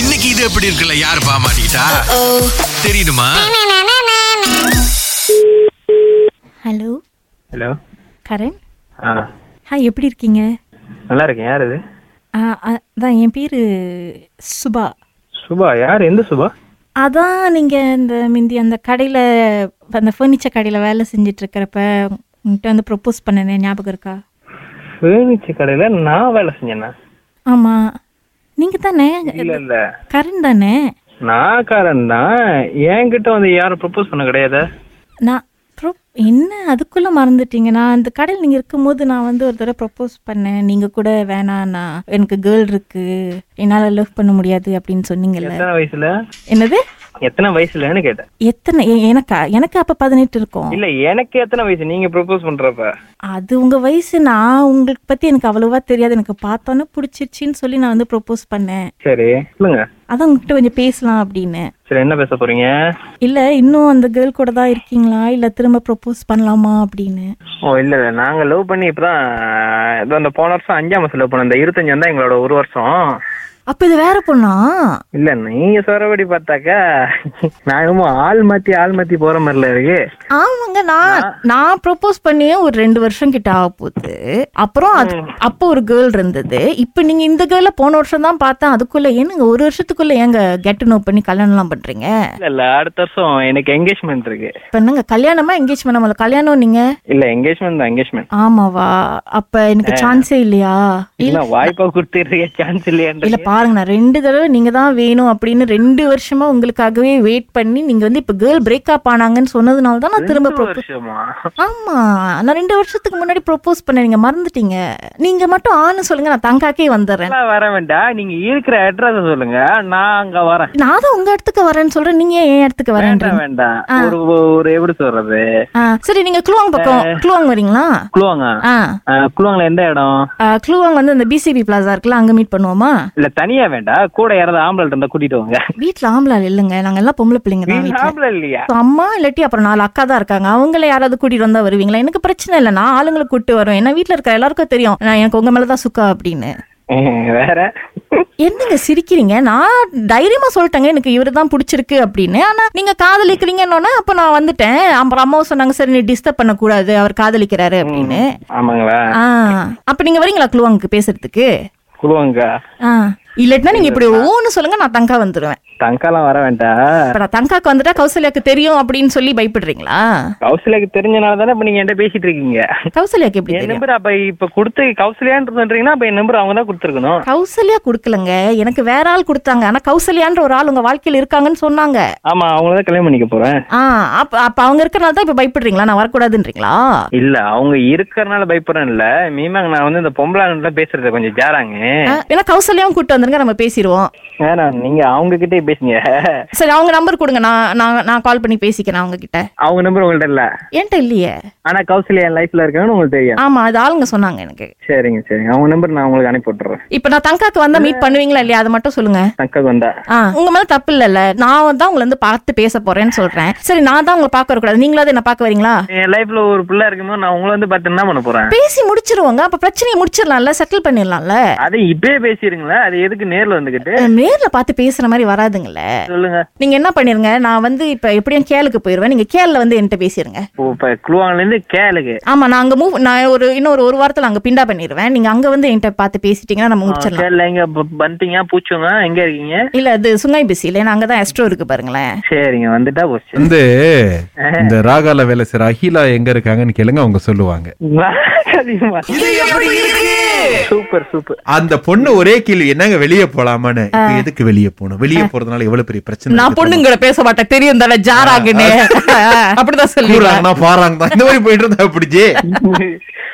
இன்னைக்கு இது எப்படி இருக்குல்ல யாரு பாமாட்டா தெரியுமா ஹலோ ஹலோ கரண் ஆ ஹாய் எப்படி இருக்கீங்க நல்லா இருக்கேன் யார் இது ஆ, ஆ, அதான் என் பேர் சுபா சுபா யார் எந்த சுபா அதான் நீங்கள் இந்த முந்தி அந்த கடையில் அந்த ஃபர்னிச்சர் கடையில் வேலை செஞ்சுட்டு இருக்கிறப்ப உங்கள்கிட்ட வந்து ப்ரப்போஸ் பண்ணனே ஞாபகம் இருக்கா ஃபர்னிச்சர் கடையில் நான் வேலை செஞ்சேண்ணா ஆமாம் நீங்கள் தானே இல்லை இல்லை கரண் தானே நான் காரன் தான் என்கிட்ட வந்து யாரும் ப்ரப்போஸ் பண்ண கிடையாது நான் ப்ரோ என்ன அதுக்குள்ளே மறந்துட்டீங்க நான் அந்த கடையில் நீங்கள் இருக்கும்போது நான் வந்து ஒரு தடவை ப்ரப்போஸ் பண்ணேன் நீங்கள் கூட வேணாண்ணா எனக்கு கேர்ள் இருக்குது என்னால் லவ் பண்ண முடியாது அப்படின்னு சொன்னீங்கல்ல எத்தனை வயசுல என்னது எத்தனை வயசுலன்னு கேட்டேன் எத்தனை எ- எனக்கா எனக்கு அப்போ பதினெட்டு இருக்கும் இல்ல எனக்கு எத்தனை வயசு நீங்க ப்ரப்போஸ் பண்றப்ப அது உங்க வயசு நான் உங்களுக்கு பத்தி எனக்கு அவ்வளவா தெரியாது எனக்கு பார்த்தோன்னே பிடிச்சிருச்சின்னு சொல்லி நான் வந்து ப்ரொபோஸ் பண்ணேன் சரி சொல்லுங்க அதான் உங்ககிட்ட கொஞ்சம் பேசலாம் அப்படின்னு சரி என்ன பேச போறீங்க இல்ல இன்னும் அந்த கேர்ள் கூட தான் இருக்கீங்களா இல்ல திரும்ப ப்ரொபோஸ் பண்ணலாமா அப்படின்னு ஓ இல்ல இல்ல நாங்க லவ் பண்ணி இப்பதான் இதோ அந்த போன வருஷம் அஞ்சாம் மாசம் லவ் பண்ணோம் இந்த இருபத்தஞ்சு தான் எங்களோட ஒரு வருஷம் அப்ப இது வேற பொண்ணா இல்ல நீங்க சொல்றபடி பார்த்தாக்கா நான் என்னமோ ஆள் மாத்தி ஆள் மாத்தி போற மாதிரில இருக்கு ஆமாங்க நான் நான் ப்ரொபோஸ் பண்ணியே ஒரு ரெண்டு வருஷம் கிட்ட ஆக போகுது அப்புறம் அது அப்போ ஒரு கேர்ள் இருந்தது இப்போ நீங்க இந்த கேர்ள போன வருஷம் தான் பார்த்தேன் அதுக்குள்ள ஏனுங்க ஒரு வருஷத்துக்குள்ள ஏங்க கெட் டு நோ பண்ணி கல்யாணம்லாம் பண்றீங்க இல்ல இல்ல அடுத்த வருஷம் எனக்கு என்கேஜ்மெண்ட் இருக்கு இப்போ என்னங்க கல்யாணமா என்கேஜ்மெண்ட் நம்மள கல்யாணம் நீங்க இல்ல என்கேஜ்மெண்ட் தான் என்கேஜ்மெண்ட் ஆமாவா அப்ப எனக்கு சான்ஸே இல்லையா இல்ல இல்ல வாய்ப்பா கொடுத்துருக்க சான்ஸ் இல்ல இல்லையான்ற பாருங்க நான் ரெண்டு தடவை நீங்க தான் வேணும் அப்படின்னு ரெண்டு வருஷமா உங்களுக்காகவே வெயிட் பண்ணி நீங்க வந்து இப்ப கேர்ள் பிரேக்அப் ஆனாங்கன்னு சொன்னதுனால தான் நான் திரும்ப propose- வருஷமா ஆமா நான் ரெண்டு வருஷத்துக்கு முன்னாடி ப்ரொபோஸ் பண்ண நீங்க மறந்துட்டீங்க நீங்க மட்டும் ஆன்னு சொல்லுங்க நான் தங்காக்கே வந்துடுறேன் நான் வர வேண்டாம் நீங்க இருக்கிற அட்ரஸ் சொல்லுங்க நான் அங்க வரேன் நான் தான் உங்க இடத்துக்கு வரேன்னு சொல்றேன் நீங்க ஏன் என் இடத்துக்கு வேண்டாம் வரேன்றீங்க வேண்டாம் ஒரு ஒரு எப்படி சொல்றது ஆ, சரி நீங்க க்ளூவாங் பக்கம் க்ளூவாங் வரீங்களா குளுவாங்க ஆ குளுவாங்கல எந்த இடம் ஆ, க்ளூவாங் வந்து அந்த பிசிபி பிளாசா இருக்குல்ல அங்க மீட் பண்ணுவோமா இல்ல தனியா வேண்டாம் கூட யாராவது ஆம்பளை இருந்தா கூட்டிட்டு வாங்க வீட்ல ஆம்பளை இல்லைங்க நாங்க எல்லாம் பொம்பளை பிள்ளைங்க தான் வீட்டுல வீட்ல ஆம்பளை இல்லையா இப்ப அம்மா இல்லாட்டி அப்புறம் நாலு அக்கா தான் இருக்காங்க அவங்கள யாராவது கூட்டிட்டு வந்தா வருவீங்களா எனக்கு பிரச்சனை இல்லை நான் ஆளுங்களை கூட்டு வரோம் ஏன்னா வீட்ல இருக்கிற எல்லாருக்கும் தெரியும் நான் எனக்கு உங்க மேலதான் சுக்கா அப்படின்னு ம், வேற என்னங்க சிரிக்கிறீங்க நான் தைரியமா சொல்லிட்டேங்க எனக்கு இவரு தான் பிடிச்சிருக்கு அப்படின்னு ஆனா நீங்க காதலிக்கிறீங்கன்னொன்னே அப்ப நான் வந்துட்டேன் அப்புறம் அம்மாவும் சொன்னாங்க சரி நீ டிஸ்டர்ப் பண்ணக்கூடாது அவர் காதலிக்கிறாரு அப்படின்னு ஆமாங்களா ஆ அப்ப நீங்க வரீங்களா குழுவாங்க பேசுறதுக்கு குளுவாங்க ஆ இல்லாட்டினா நீங்க இப்படி ஓன்னு சொல்லுங்க நான் தங்கா வந்துருவேன் தங்காலாம் வர வேண்டாம் இப்ப நான் தங்காக்கு வந்துட்டா கௌசல்யாக்கு தெரியும் அப்படின்னு சொல்லி பயப்படுறீங்களா கௌசல்யாக்கு தெரிஞ்சனால தானே இப்ப நீங்க என்கிட்ட பேசிட்டு இருக்கீங்க கௌசல்யாக்கு எப்படி என் தெரியும் நம்பர் அப்ப இப்ப கொடுத்து கௌசல்யான்னு சொல்றீங்கன்னா அப்ப என் நம்பர் அவங்க தான் கொடுத்துருக்கணும் கௌசல்யா கொடுக்கலங்க எனக்கு வேற ஆள் கொடுத்தாங்க ஆனா கௌசல்யான்ற ஒரு ஆள் உங்க வாழ்க்கையில இருக்காங்கன்னு சொன்னாங்க ஆமா அவங்கள தான் கல்யாணம் பண்ணிக்க போறேன் ஆ அப்ப அப்ப அவங்க இருக்கறனால தான் இப்ப பயப்படுறீங்களா நான் வரக்கூடாதுன்றீங்களா இல்ல அவங்க இருக்கறனால பயப்படுறேன் இல்ல மீமாங்க நான் வந்து இந்த பொம்பளாங்க பேசுறத கொஞ்சம் ஜாராங்க ஆ, வேணா கௌசல்யாவும் கூட்டு வந்துருங்க நம்ம பேசிடுவோம் வேணாம் நீங்க அவங்க கிட்டே பேசுங்க சரி அவங்க நம்பர் கொடுங்க நான் நான் நான் கால் பண்ணி பேசிக்கிறேன் அவங்க கிட்ட அவங்க நம்பர் உங்கள்ட்ட இல்ல என்கிட்ட இல்லையே ஆனா கௌசல்யா என் லைஃப்ல இருக்கான்னு உங்களுக்கு தெரியும் ஆமா அது ஆளுங்க சொன்னாங்க எனக்கு சரிங்க சரிங்க அவங்க நம்பர் நான் உங்களுக்கு அனுப்பி விட்டுறேன் இப்ப நான் தங்காக்கு வந்தா மீட் பண்ணுவீங்களா இல்லையா அதை மட்டும் சொல்லுங்க தக்காக்கு வந்தா ஆ உங்க மேல தப்பு இல்லைல்ல நான் தான் உங்களை வந்து பார்த்து பேச போறேன்னு சொல்றேன் சரி நான் தான் உங்களை பார்க்க வரக்கூடாது நீங்களாவது என்ன பார்க்க வரீங்களா என் லைஃப்ல ஒரு பிள்ளை இருக்கும்போது நான் உங்களை வந்து பார்த்து என்ன பண்ண போறேன் பேசி முடிச்சிருவாங்க அப்ப பிரச்சனையை முடிச்சிடலாம்ல செட்டில் பண்ணிடலாம்ல அதை இப்பயே பேசிடுங்களா அது எதுக்கு நேர்ல வந்துகிட்டு அஹ் நேர்ல பார்த்து பேசுற மாதிரி வராதுங்கல்ல சொல்லுங்க நீங்க என்ன பண்ணிருங்க நான் வந்து இப்ப எப்படியும் கேளுக்கு போயிருவேன் நீங்க கேள்ல வந்து என்கிட்ட பேசிருங்க ஓ, இப்ப குளுவாங்கல இருந்து கேளுக்கு ஆமா நான் அங்க மூவ் நான் ஒரு இன்னும் ஒரு ஒரு வாரத்துல அங்க பிண்டா பண்ணிடுவேன் நீங்க அங்க வந்து என்கிட்ட பார்த்து பேசிட்டீங்கன்னா நம்ம முடிச்சிடலாம் கேள்ல எங்க பந்திங்க பூச்சுங்க எங்க இருக்கீங்க இல்ல அது சுங்காய் பிசி இல்ல நான் அங்கதான் எஸ்ட்ரோ இருக்கு பாருங்களேன் சரிங்க வந்துட்டா போச்சு வந்து இந்த ராகால வேலை செய்யற அகிலா எங்க இருக்காங்கன்னு கேளுங்க அவங்க சொல்லுவாங்க சூப்பர் சூப்பர் அந்த பொண்ணு ஒரே கேள்வி என்னங்க வெளியே போலாமான்னு இப்ப எதுக்கு வெளியே போகணும் வெளியே போறதுனால எவ்வளவு பெரிய பிரச்சனை நான் பொண்ணுங்க கூட பேச மாட்டேன் தெரியும் தானே ஜாராங்கன்னு அப்படிதான் சொல்லி கூறாங்கன்னா பாறாங்கன்னா இந்த மாதிரி போயிட்டு இருந்தா பிடிச்சி